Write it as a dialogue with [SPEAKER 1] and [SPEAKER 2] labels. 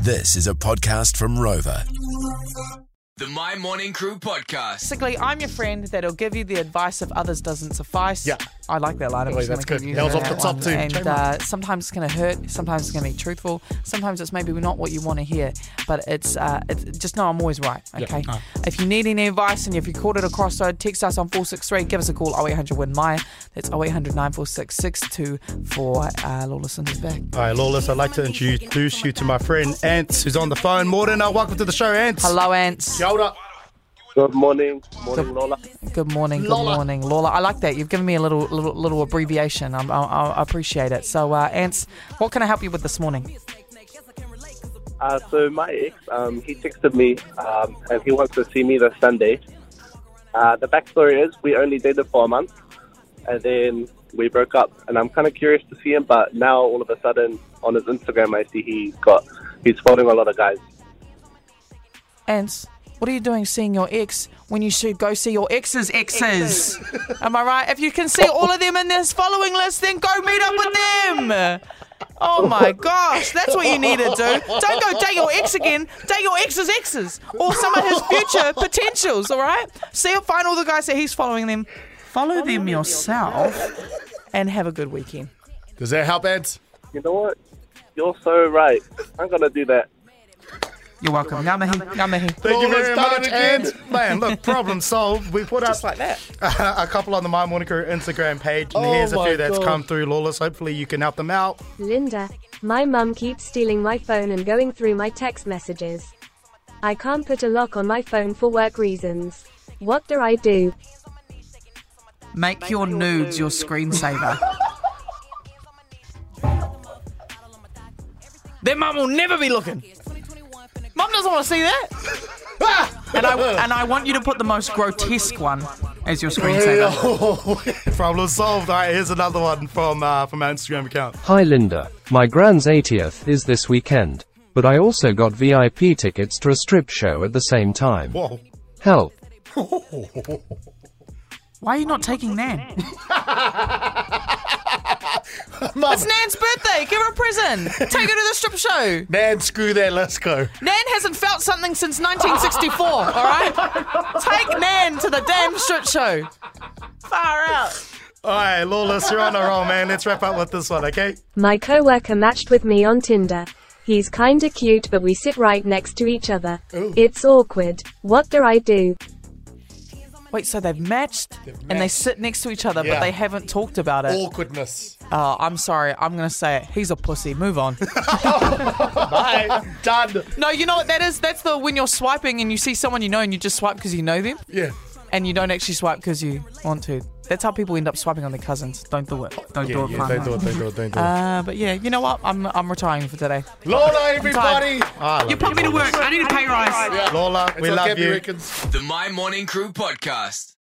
[SPEAKER 1] This is a podcast from Rover.
[SPEAKER 2] The My Morning Crew podcast.
[SPEAKER 3] Basically, I'm your friend that'll give you the advice if others doesn't suffice.
[SPEAKER 4] Yeah.
[SPEAKER 3] I like that line. I'm
[SPEAKER 4] Oh,
[SPEAKER 3] just
[SPEAKER 4] that's
[SPEAKER 3] gonna
[SPEAKER 4] good.
[SPEAKER 3] keep
[SPEAKER 4] That was
[SPEAKER 3] using
[SPEAKER 4] off the top
[SPEAKER 3] one.
[SPEAKER 4] too.
[SPEAKER 3] And
[SPEAKER 4] Shame
[SPEAKER 3] uh, sometimes it's going to hurt. Sometimes it's going to be truthful. Sometimes it's maybe not what you want to hear. But it's, uh, it's just know I'm always right. Okay. If you need any advice and if you caught it a crossroad, text us on four six three. Give us a call 0800 win Maya. That's 0800 946 624. Uh, Lawless and his back.
[SPEAKER 4] Hi, Lawless. I'd like to introduce you to my friend Ants, who's on the phone. Morning, uh, welcome to the show, Ants.
[SPEAKER 3] Hello, Ants.
[SPEAKER 4] Kia ora.
[SPEAKER 5] Good morning. Morning, Lola.
[SPEAKER 3] Good morning, good morning, Lola. I like that. You've given me a little little, little abbreviation. I'm, I, I appreciate it. So, uh, Ants, what can I help you with this morning?
[SPEAKER 5] Uh, so my ex, um, he texted me um, and he wants to see me this Sunday. Uh, the backstory is we only dated for a month and then we broke up. And I'm kind of curious to see him, but now all of a sudden on his Instagram, I see he's got he's following a lot of guys.
[SPEAKER 3] Ants, what are you doing seeing your ex when you should go see your ex's exes? Am I right? If you can see all of them in this following list, then go meet up with them. Oh my gosh, that's what you need to do. Don't go date your ex again. Date your ex's exes or some of his future potentials. All right, see, find all the guys that he's following them. Follow them yourself, and have a good weekend.
[SPEAKER 4] Does that help, Ants?
[SPEAKER 5] You know what? You're so right. I'm going to do that.
[SPEAKER 3] You're welcome. Yamahi, yamahi.
[SPEAKER 4] Thank you
[SPEAKER 6] Lawless
[SPEAKER 4] very
[SPEAKER 6] done
[SPEAKER 4] much,
[SPEAKER 6] it again.
[SPEAKER 4] Ants. Man, look, problem solved. We put up
[SPEAKER 3] Like that.
[SPEAKER 4] a couple on the My Morning Crew Instagram page, and
[SPEAKER 6] Oh
[SPEAKER 4] here's a
[SPEAKER 6] my
[SPEAKER 4] few that's
[SPEAKER 6] God.
[SPEAKER 4] come through, Lawless. Hopefully, you can help them out.
[SPEAKER 7] Linda, my mum keeps stealing my phone and going through my text messages. I can't put a lock on my phone for work reasons. What do I do?
[SPEAKER 3] Make, your, nudes your screensaver. Their mum will never be looking. Mum doesn't want to see that. and I and I want you to put the most grotesque one as your screensaver.
[SPEAKER 4] problem solved. All right, here's another one from uh, from our Instagram account.
[SPEAKER 8] Hi Linda, my grand's 80th is this weekend. But I also got VIP tickets to a strip show at the same time.
[SPEAKER 4] Whoa.
[SPEAKER 8] Help.
[SPEAKER 3] Why are you not taking Nan?
[SPEAKER 6] Mum,
[SPEAKER 3] It's Nan's birthday. Give her a present. Take her to the strip show.
[SPEAKER 6] man, screw that. Let's go.
[SPEAKER 3] Nan hasn't felt something since 1964. All right, take Nan to the damn strip show. Far out.
[SPEAKER 4] All right, Lawless, you're on a roll, man. Let's wrap up with this one, okay?
[SPEAKER 7] My coworker matched with me on Tinder. He's kinda cute, but we sit right next to each other. It's awkward. What do I do?
[SPEAKER 3] Wait, so they've matched, and they
[SPEAKER 6] matched.
[SPEAKER 3] sit next to each other, but
[SPEAKER 6] Yeah.
[SPEAKER 3] they haven't talked about it.
[SPEAKER 6] Awkwardness.
[SPEAKER 3] Oh, I'm sorry. I'm going to say it. He's a pussy. Move on.
[SPEAKER 6] Bye. Done.
[SPEAKER 3] no, you know what that is? That's the when you're swiping and you see someone you know and you just swipe because you know them
[SPEAKER 6] Yeah.
[SPEAKER 3] and you don't actually swipe because you want to. That's how people end up swiping on their cousins. Don't do it. Don't do it.
[SPEAKER 4] yeah,
[SPEAKER 3] Farhan.
[SPEAKER 4] don't do it, don't do it, don't do it.
[SPEAKER 3] Uh, but yeah, you know what? I'm I'm retiring for today.
[SPEAKER 6] Lola, everybody.
[SPEAKER 4] I love
[SPEAKER 3] You put me to work. I need a pay rise.
[SPEAKER 4] Lola, we
[SPEAKER 6] It's on
[SPEAKER 4] love
[SPEAKER 6] Gabby
[SPEAKER 4] you.
[SPEAKER 6] Reckons.
[SPEAKER 2] The My Morning Crew podcast.